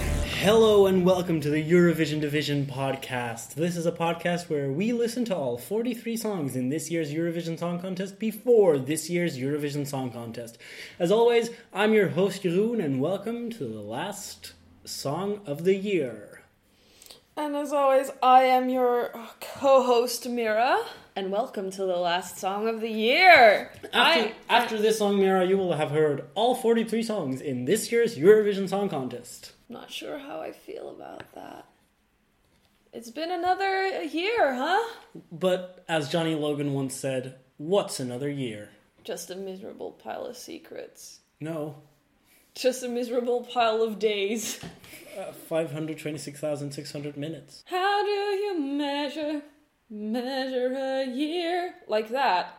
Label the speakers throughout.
Speaker 1: Hello and welcome to the Eurovision Division podcast. This is a podcast where we listen to all 43 songs in this year's Eurovision Song Contest before this year's Eurovision Song Contest. As always, I'm your host Jeroen and welcome to the last song of the year.
Speaker 2: And as always, I am your co host, Mira. And welcome to the last song of the year.
Speaker 1: After, after this song, Mira, you will have heard all 43 songs in this year's Eurovision Song Contest.
Speaker 2: I'm not sure how I feel about that. It's been another year, huh?
Speaker 1: But as Johnny Logan once said, what's another year?
Speaker 2: Just a miserable pile of secrets.
Speaker 1: No,
Speaker 2: Just a miserable pile of days.
Speaker 1: 526,600 minutes.
Speaker 2: How do you measure, measure a year? Like that,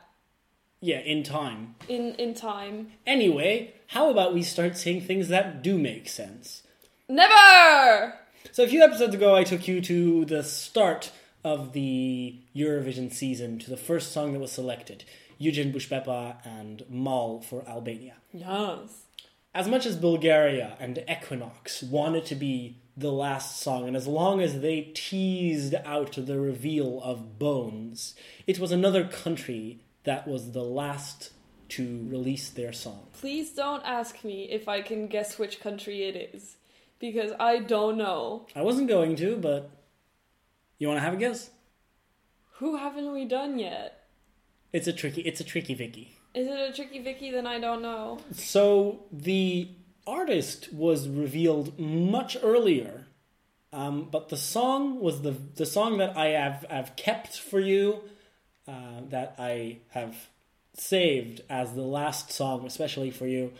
Speaker 1: Yeah, in time.
Speaker 2: in, in time.
Speaker 1: Anyway, how about we start saying things that do make sense?
Speaker 2: Never!
Speaker 1: So, a few episodes ago, I took you to the start of the Eurovision season, to the first song that was selected Eugen Bushpepa and Mal for Albania.
Speaker 2: Yes.
Speaker 1: As much as Bulgaria and Equinox wanted to be the last song, and as long as they teased out the reveal of Bones, it was another country that was the last to release their song.
Speaker 2: Please don't ask me if I can guess which country it is, because I don't know.
Speaker 1: I wasn't going to, but you want to have a guess?
Speaker 2: Who haven't we done yet?
Speaker 1: It's a tricky. It's a tricky Vicky.
Speaker 2: Is it a tricky Vicky? Then I don't know.
Speaker 1: So the artist was revealed much earlier, um, but the song was the the song that I have have kept for you, uh, that I have saved as the last song, especially for you.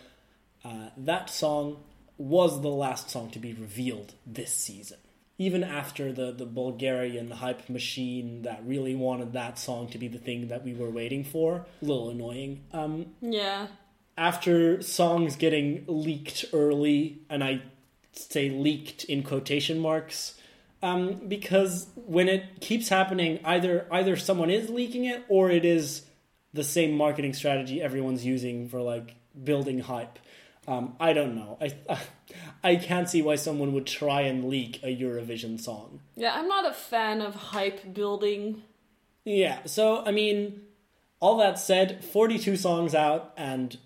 Speaker 1: Uh, that song was the last song to be revealed this season. Even after the, the Bulgarian hype machine that really wanted that song to be the thing that we were waiting for, a little annoying. Um,
Speaker 2: Yeah.
Speaker 1: after songs getting leaked early, and I say leaked in quotation marks, um, because when it keeps happening, either either someone is leaking it or it is the same marketing strategy everyone's using for like building hype. Um, I don't know. I I can't see why someone would try and leak a Eurovision song.
Speaker 2: Yeah, I'm not a fan of hype building.
Speaker 1: Yeah, so I mean, all that said, 42 songs out, and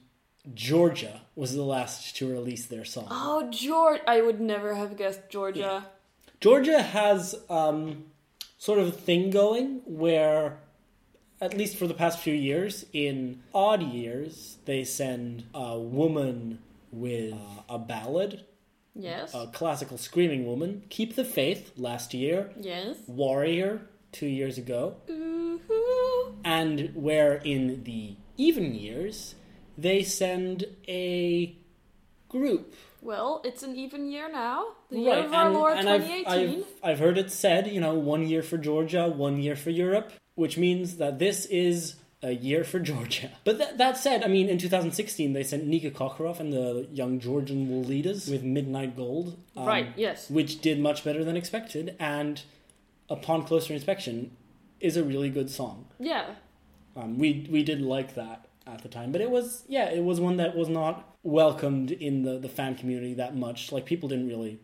Speaker 1: Georgia was the last to release their song.
Speaker 2: Oh, George. I would never have guessed Georgia.
Speaker 1: Georgia has um, sort of a thing going where, at least for the past few years, in odd years, they send a woman with uh, a ballad,
Speaker 2: Yes.
Speaker 1: a classical screaming woman, Keep the Faith last year,
Speaker 2: yes.
Speaker 1: Warrior two years ago,
Speaker 2: Ooh.
Speaker 1: and where in the even years they send a group.
Speaker 2: Well, it's an even year now. The year
Speaker 1: Right,
Speaker 2: of our
Speaker 1: and-
Speaker 2: Lord
Speaker 1: and I've-
Speaker 2: 2018.
Speaker 1: I've, I've heard it said, you know, one year for Georgia, one year for Europe, which means that this is a year for Georgia. But that that said, I mean, in 2016, they sent Nika Kokorov and the young Georgian will lead us with Midnight Gold. um,
Speaker 2: right, yes.
Speaker 1: Which did much better than expected, and upon closer inspection, is a really good song.
Speaker 2: Yeah.
Speaker 1: Um, we we did like that at the time, but it was yeah, it was one that was not welcomed in the the fan community that much. Like people didn't really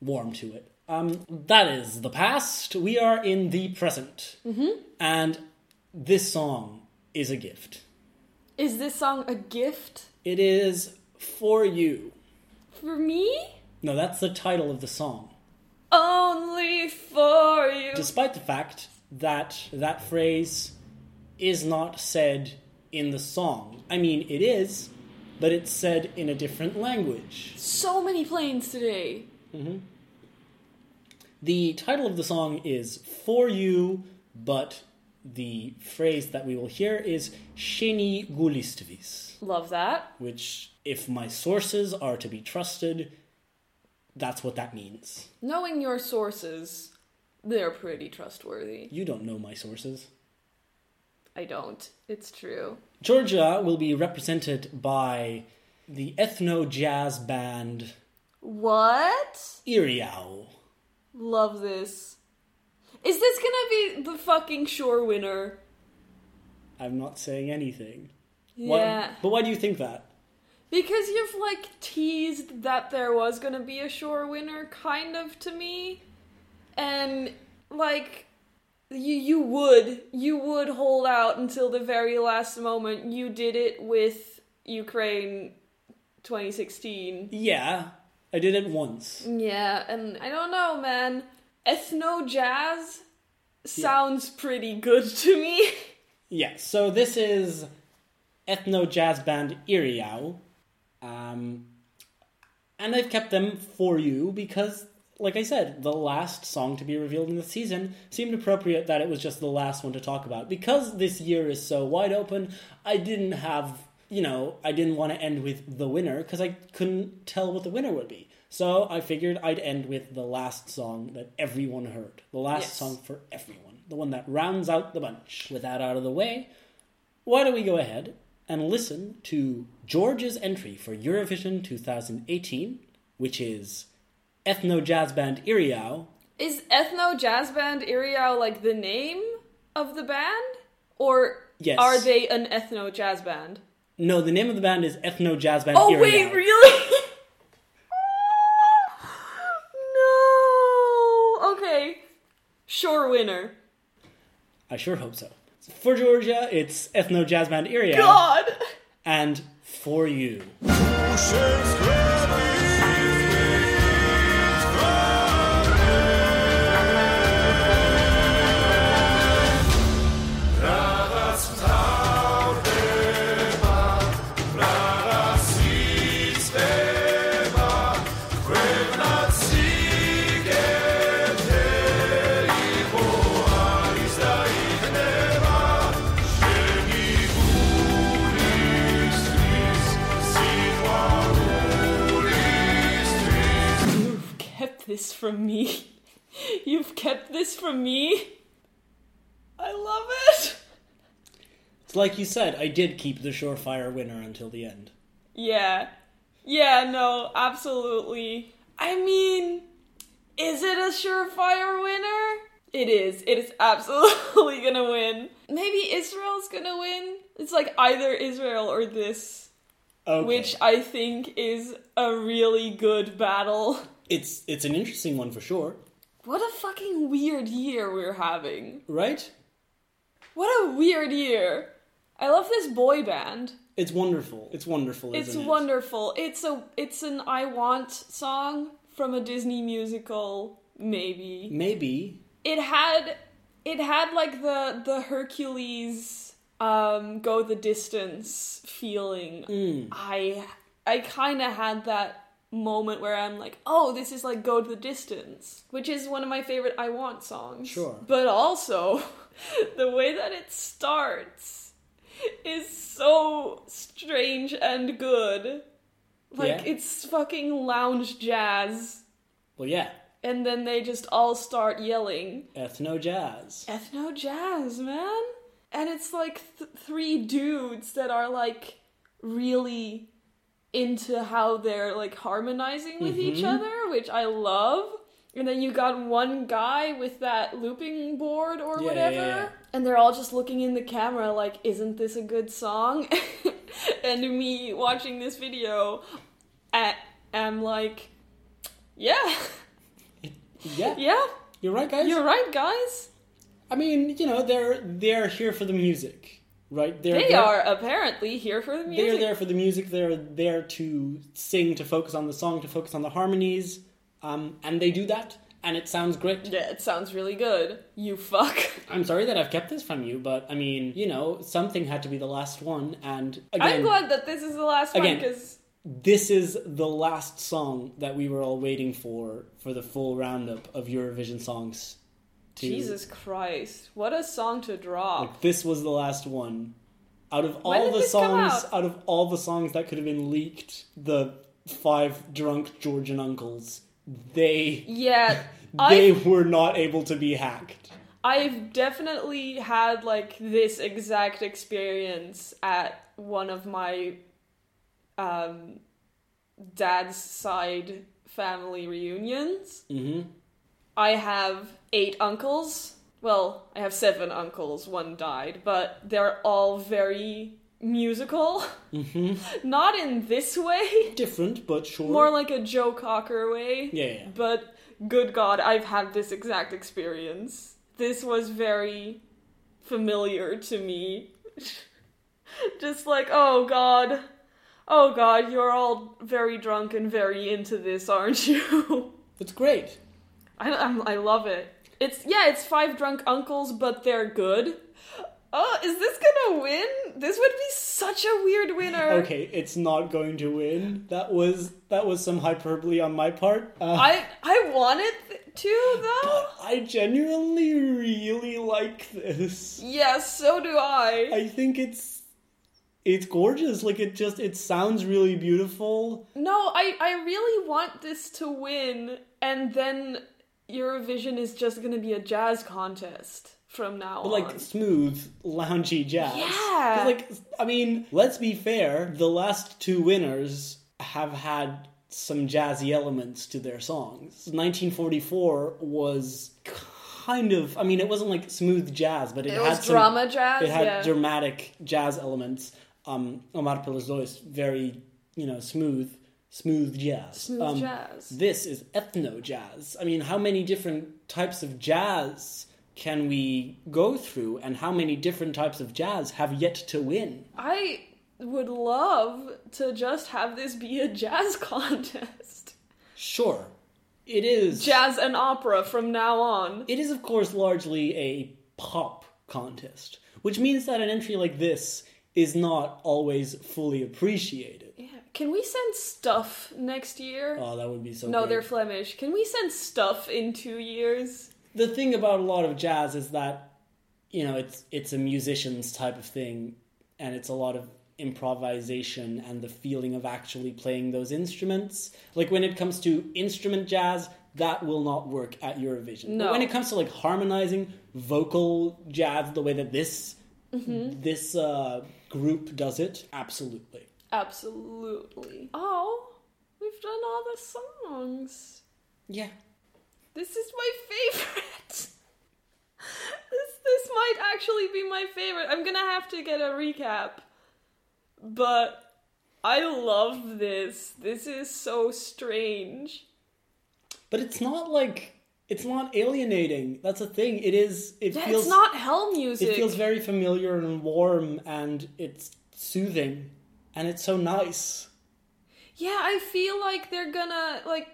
Speaker 1: warm to it. Um, that is the past. We are in the present, mm-hmm. and this song is a gift.
Speaker 2: Is this song a gift
Speaker 1: It is for you.
Speaker 2: for me?
Speaker 1: No, that's the title of the song.
Speaker 2: Only for you.
Speaker 1: despite the fact that that phrase is not said in the song. I mean, it is, but it's said in a different language.
Speaker 2: so many planes today.
Speaker 1: The title of the song is For You, but the phrase that we will hear is Sheni Gulistvis,
Speaker 2: Love that.
Speaker 1: which, if my sources are to be trusted, that's what that means.
Speaker 2: Knowing your sources, they're pretty trustworthy.
Speaker 1: You don't know my sources.
Speaker 2: I don't. It's true.
Speaker 1: Georgia will be represented by the ethno jazz band
Speaker 2: What?
Speaker 1: Iriao.
Speaker 2: Love this. Is this gonna be the fucking sure winner?
Speaker 1: I'm not saying anything. Why,
Speaker 2: Yeah.
Speaker 1: but why do you think that?
Speaker 2: Because you've like teased that there was gonna be a sure winner, kind of to me, and like you you would you would hold out until the very last moment. You did it with Ukraine, 2016.
Speaker 1: Yeah, I did it once.
Speaker 2: Yeah, and I don't know, man. Ethno jazz sounds pretty good to me.
Speaker 1: Yeah, so this is ethno jazz band Iriau. Um, and I've kept them for you because, like I said, the last song to be revealed in the season seemed appropriate that it was just the last one to talk about. Because this year is so wide open, I didn't have, you know, I didn't want to end with the winner because I couldn't tell what the winner would be. So I figured I'd end with the last song that everyone heard. The last
Speaker 2: Yes.
Speaker 1: song for everyone. The one that rounds out the bunch. With that out of the way, why don't we go ahead and listen to George's entry for Eurovision 2018, which is ethno jazz band Iriau.
Speaker 2: Is ethno jazz band Iriau like the name of the band, or
Speaker 1: Yes.
Speaker 2: are they an ethno jazz band?
Speaker 1: No, the name of the band is ethno jazz band
Speaker 2: Oh
Speaker 1: Iriau.
Speaker 2: wait, really? no. Okay. Sure winner.
Speaker 1: I sure hope so. For Georgia, it's ethno jazz band Iriau,
Speaker 2: God.
Speaker 1: and for you.
Speaker 2: You've kept this from me. You've kept this from me. I love it.
Speaker 1: It's like you said, I did keep the surefire winner until the end.
Speaker 2: Yeah. Yeah, no, absolutely. I mean, is it a surefire winner? It is. It is absolutely gonna win. Maybe Israel's gonna win. It's like either Israel or this,
Speaker 1: Okay.
Speaker 2: which I think is a really good battle.
Speaker 1: it's it's an interesting one for sure,
Speaker 2: What a fucking weird year we're having.
Speaker 1: right?
Speaker 2: What a weird year. I love this boy band.
Speaker 1: It's wonderful. It's wonderful.
Speaker 2: It's
Speaker 1: isn't it?
Speaker 2: wonderful. It's a it's an I want song from a Disney musical maybe.
Speaker 1: Maybe
Speaker 2: It had it had like the the Hercules um go the distance feeling.
Speaker 1: Mm.
Speaker 2: I I kind of had that moment where I'm like, "Oh, this is like go the distance," which is one of my favorite I want songs.
Speaker 1: Sure.
Speaker 2: But also the way that it starts is so strange and good. Like
Speaker 1: Yeah.
Speaker 2: it's fucking lounge jazz.
Speaker 1: Well, yeah,
Speaker 2: And then they just all start yelling
Speaker 1: ethno jazz.
Speaker 2: ethno jazz, man. And it's like th- three dudes that are like really into how they're like harmonizing with
Speaker 1: Mm-hmm.
Speaker 2: each other, which I love. And then you got one guy with that looping board or
Speaker 1: Yeah,
Speaker 2: whatever,
Speaker 1: yeah, yeah.
Speaker 2: and they're all just looking in the camera like, "Isn't this a good song?" and me watching this video, I am like, "Yeah,
Speaker 1: Yeah,
Speaker 2: yeah,
Speaker 1: you're right, guys.
Speaker 2: you're right, guys."
Speaker 1: I mean, you know, they're they're here for the music, right? They're,
Speaker 2: They
Speaker 1: they're-
Speaker 2: are apparently here for the
Speaker 1: They're
Speaker 2: music.
Speaker 1: there for the music. They're there to sing, to focus on the song, to focus on the harmonies, um, and they do that, and it sounds great.
Speaker 2: Yeah, it sounds really good. You fuck.
Speaker 1: I'm sorry that I've kept this from you, but I mean, you know, something had to be the last one, and again,
Speaker 2: I'm glad that this is the last one
Speaker 1: Again.
Speaker 2: because
Speaker 1: this is the last song that we were all waiting for for the full roundup of Eurovision songs. To,
Speaker 2: Jesus Christ, what a song to drop.
Speaker 1: Like Uh, this was the last one. Out of
Speaker 2: When
Speaker 1: all
Speaker 2: did
Speaker 1: the
Speaker 2: this come
Speaker 1: songs,
Speaker 2: out?
Speaker 1: out? of all the songs that could have been leaked, the five drunk Georgian uncles, they
Speaker 2: Yeah,
Speaker 1: they
Speaker 2: I
Speaker 1: were not able to be hacked.
Speaker 2: I've definitely had like this exact experience at one of my um dad's side family reunions.
Speaker 1: Mhm.
Speaker 2: I have eight uncles. Well, I have seven uncles, one died, but they're all very musical. Mm-hmm. Not in this way.
Speaker 1: Different, but sure.
Speaker 2: More like a Joe Cocker way.
Speaker 1: Yeah, yeah, yeah.
Speaker 2: But good God, I've had this exact experience. This was very familiar to me. Just like, oh God. Oh God, you're all very drunk and very into this, aren't you?
Speaker 1: It's great.
Speaker 2: I, I'm, I love it. It's yeah, it's five drunk uncles, but they're good. Oh, is this gonna win? This would be such a weird winner.
Speaker 1: Okay, it's not going to win. That was that was some hyperbole on my part. Uh,
Speaker 2: I I wanted th- to though.
Speaker 1: But I genuinely really like this.
Speaker 2: Yes, yeah, so do I.
Speaker 1: I think it's it's gorgeous. Like it just it sounds really beautiful.
Speaker 2: No, I I really want this to win, and then Eurovision is just gonna be a jazz contest from now
Speaker 1: like
Speaker 2: on.
Speaker 1: smooth, loungy jazz.
Speaker 2: Yeah.
Speaker 1: Like I mean, let's be fair. The last two winners have had some jazzy elements to their songs. 1944 was kind of. I mean, it wasn't like smooth jazz, but it,
Speaker 2: It
Speaker 1: had
Speaker 2: was
Speaker 1: some,
Speaker 2: drama jazz.
Speaker 1: It had
Speaker 2: yeah.
Speaker 1: dramatic jazz elements. Um, Omar Pelizó is very, you know, smooth, smooth jazz.
Speaker 2: Smooth
Speaker 1: um,
Speaker 2: jazz.
Speaker 1: This is ethno jazz. I mean, how many different types of jazz can we go through, and how many different types of jazz have yet to win?
Speaker 2: I would love to just have this be a jazz contest.
Speaker 1: Sure, it is.
Speaker 2: Jazz and opera from now on.
Speaker 1: It is, of course, largely a pop contest, which means that an entry like this is not always fully appreciated.
Speaker 2: Yeah. Can we send stuff next year?
Speaker 1: Oh, that would be so.
Speaker 2: no,
Speaker 1: great.
Speaker 2: they're Flemish. Can we send stuff in two years?
Speaker 1: the thing about a lot of jazz is that you know it's it's a musician's type of thing and it's a lot of improvisation and the feeling of actually playing those instruments like when it comes to instrument jazz that will not work at eurovision
Speaker 2: No.
Speaker 1: but when it comes to like harmonizing vocal jazz the way that this
Speaker 2: Mm-hmm.
Speaker 1: this uh, group does it absolutely
Speaker 2: Absolutely. Oh, we've done all the songs.
Speaker 1: yeah
Speaker 2: This is my favorite. this this might actually be my favorite. I'm gonna have to get a recap. But I love this. This is so strange.
Speaker 1: but it's not like it's not alienating that's a thing it is it
Speaker 2: Yeah,
Speaker 1: feels
Speaker 2: it's not hell music.
Speaker 1: It feels very familiar and warm, and it's soothing, and it's so nice.
Speaker 2: yeah, I feel like they're gonna like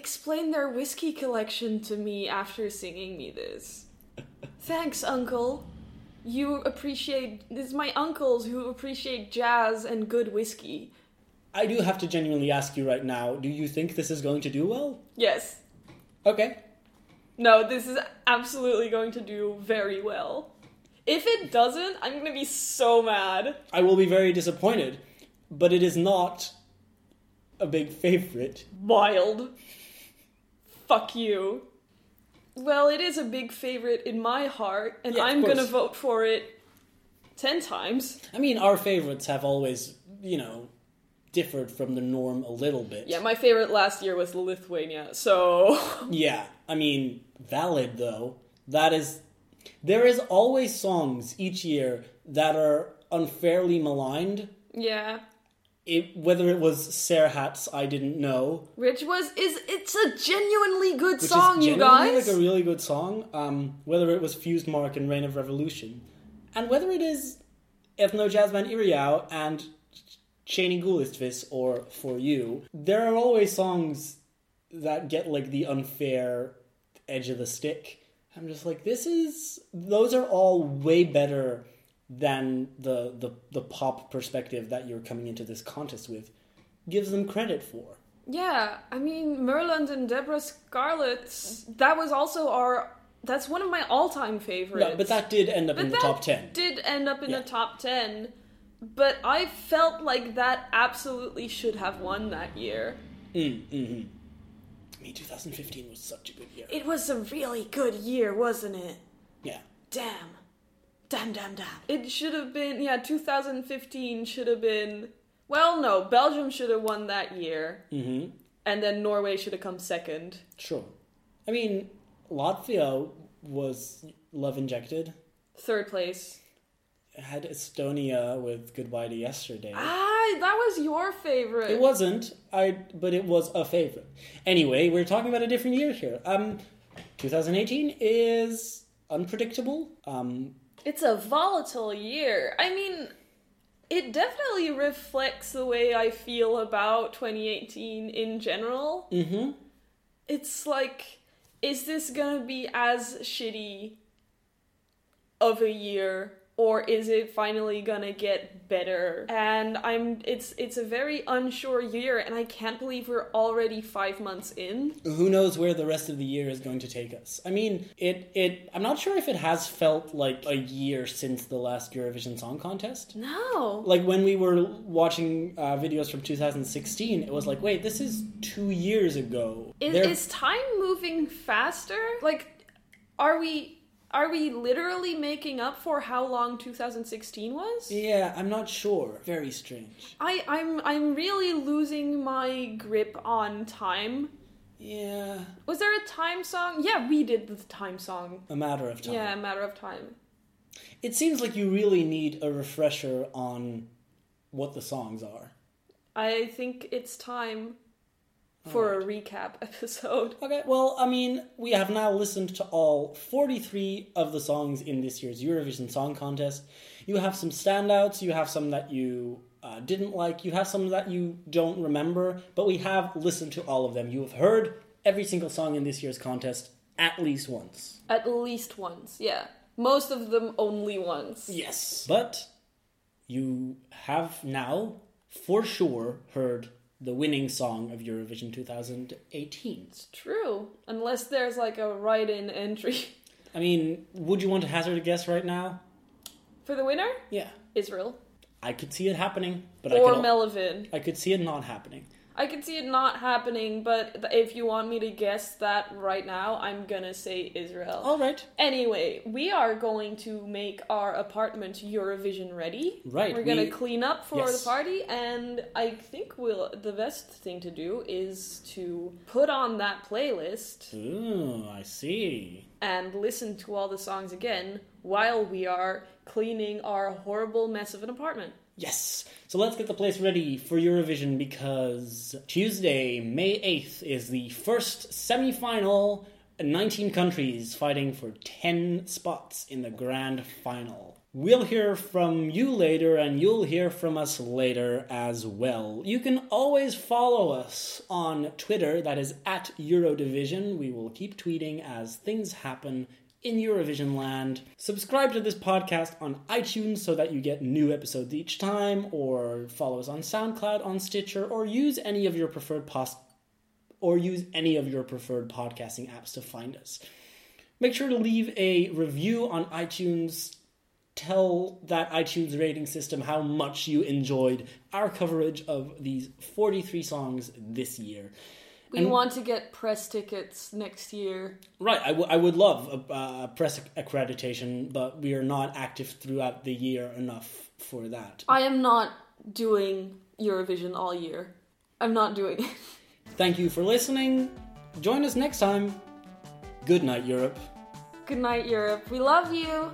Speaker 2: explain their whiskey collection to me after singing me this. Thanks, uncle. You appreciate this is my uncles who appreciate jazz and good whiskey.
Speaker 1: I do have to genuinely ask you right now: Do you think this is going to do well?
Speaker 2: Yes.
Speaker 1: Okay,
Speaker 2: No, this is absolutely going to do very well. If it doesn't, I'm gonna be so mad.
Speaker 1: I will be very disappointed, but it is not a big favorite.
Speaker 2: Wild. Fuck you. Well, it is a big favorite in my heart, and
Speaker 1: Yeah, of
Speaker 2: I'm gonna
Speaker 1: course.
Speaker 2: vote for it ten times.
Speaker 1: I mean, our favorites have always, you know, differed from the norm a little bit.
Speaker 2: Yeah, my favorite last year was Lithuania, so.
Speaker 1: Yeah, I mean, valid though. That is, there is always songs each year that are unfairly maligned
Speaker 2: yeah.
Speaker 1: it, whether it was Serhat's I didn't know,
Speaker 2: Which was. is It's a genuinely good
Speaker 1: which
Speaker 2: song,
Speaker 1: is
Speaker 2: you
Speaker 1: genuinely,
Speaker 2: guys!
Speaker 1: like a really good song. Um, whether it was Fused Mark and Reign of Revolution, and whether it is Ethno Jazzman Iriau and Cheney Gulistvis or For You, there are always songs that get like the unfair edge of the stick. I'm just like, this is those are all way better than the the, the pop perspective that you're coming into this contest with gives them credit for.
Speaker 2: Yeah, I mean Merland and Deborah Scarlett. That was also our. That's one of my all-time favorites.
Speaker 1: Yeah, but that did end up
Speaker 2: But
Speaker 1: in the
Speaker 2: that
Speaker 1: top 10.
Speaker 2: did end up in
Speaker 1: Yeah.
Speaker 2: the top ten. But I felt like that absolutely should have won that year.
Speaker 1: Mm, mm-hmm. I mean, 2015 was such a good year.
Speaker 2: It was a really good year, wasn't it?
Speaker 1: Yeah.
Speaker 2: Damn. Damn, damn, damn. It should have been, yeah, 2015 should have been. Well, no, Belgium should have won that year. Mm-hmm. And then Norway should have come second.
Speaker 1: Sure. I mean, Latvia was love injected.
Speaker 2: Third place.
Speaker 1: had Estonia with Goodbye to Yesterday.
Speaker 2: Ah, that was your favorite.
Speaker 1: It wasn't, I but it was a favorite. Anyway, we're talking about a different year here. Um, 2018 is unpredictable. Um,
Speaker 2: It's a volatile year. I mean, it definitely reflects the way I feel about 2018 in general.
Speaker 1: hmm
Speaker 2: It's like, is this gonna be as shitty of a year? Or is it finally gonna get better? And I'm it's it's a very unsure year and I can't believe we're already five months in.
Speaker 1: Who knows where the rest of the year is going to take us? I mean, it it I'm not sure if it has felt like a year since the last Eurovision Song Contest.
Speaker 2: No.
Speaker 1: Like when we were watching uh, videos from 2016, it was like, wait, this is two years ago.
Speaker 2: Is,
Speaker 1: There-
Speaker 2: is time moving faster? Like, are we are we literally making up for how long 2016 was?
Speaker 1: yeah, I'm not sure. Very strange.
Speaker 2: I I'm I'm really losing my grip on time.
Speaker 1: Yeah,
Speaker 2: Was there a time song? Yeah, we did the time song.
Speaker 1: a matter of time.
Speaker 2: Yeah, matter of time.
Speaker 1: It seems like you really need a refresher on what the songs are.
Speaker 2: I think it's time for a recap episode.
Speaker 1: Okay, well, I mean, we have now listened to all 43 of the songs in this year's Eurovision Song Contest. You have some standouts, you have some that you uh, didn't like, you have some that you don't remember, but we have listened to all of them. You have heard every single song in this year's contest at least once.
Speaker 2: At least once. Yeah. Most of them only once.
Speaker 1: Yes. But you have now, for sure, heard the winning song of Eurovision 2018.
Speaker 2: True. Unless there's like a write-in entry
Speaker 1: I mean, would you want to hazard a guess right now?
Speaker 2: for the winner.
Speaker 1: Yeah.
Speaker 2: Israel
Speaker 1: I could see it happening, but I
Speaker 2: or
Speaker 1: could, al-
Speaker 2: Melvin.
Speaker 1: I could see it not happening.
Speaker 2: I could see it not happening, but th- if you want me to guess that right now, I'm gonna say Israel.
Speaker 1: All right.
Speaker 2: Anyway, we are going to make our apartment Eurovision ready.
Speaker 1: Right,
Speaker 2: We're gonna
Speaker 1: we-
Speaker 2: clean up for
Speaker 1: Yes.
Speaker 2: the party, and I think we'll. The best thing to do is to put on that playlist
Speaker 1: Ooh, I see.
Speaker 2: and listen to all the songs again while we are cleaning our horrible mess of an apartment.
Speaker 1: Yes. So let's get the place ready for Eurovision because Tuesday, May 8th, is the first semi final. 19 countries fighting for 10 spots in the grand final. We'll hear from you later, and you'll hear from us later as well. You can always follow us on Twitter, that is at Eurodivision. We will keep tweeting as things happen in Eurovision land. Subscribe to this podcast on iTunes so that you get new episodes each time, or follow us on SoundCloud, on Stitcher, or use any of your preferred pos- or use any of your preferred podcasting apps to find us. Make sure to leave a review on iTunes. Tell that iTunes rating system how much you enjoyed our coverage of these 43 songs this year.
Speaker 2: We want to get press tickets next year.
Speaker 1: Right, I, w- I would love a, a press accreditation, but we are not active throughout the year enough for that.
Speaker 2: I am not doing Eurovision all year. I'm not doing it.
Speaker 1: Thank you for listening. Join us next time. Good night, Europe.
Speaker 2: Good night, Europe. We love you.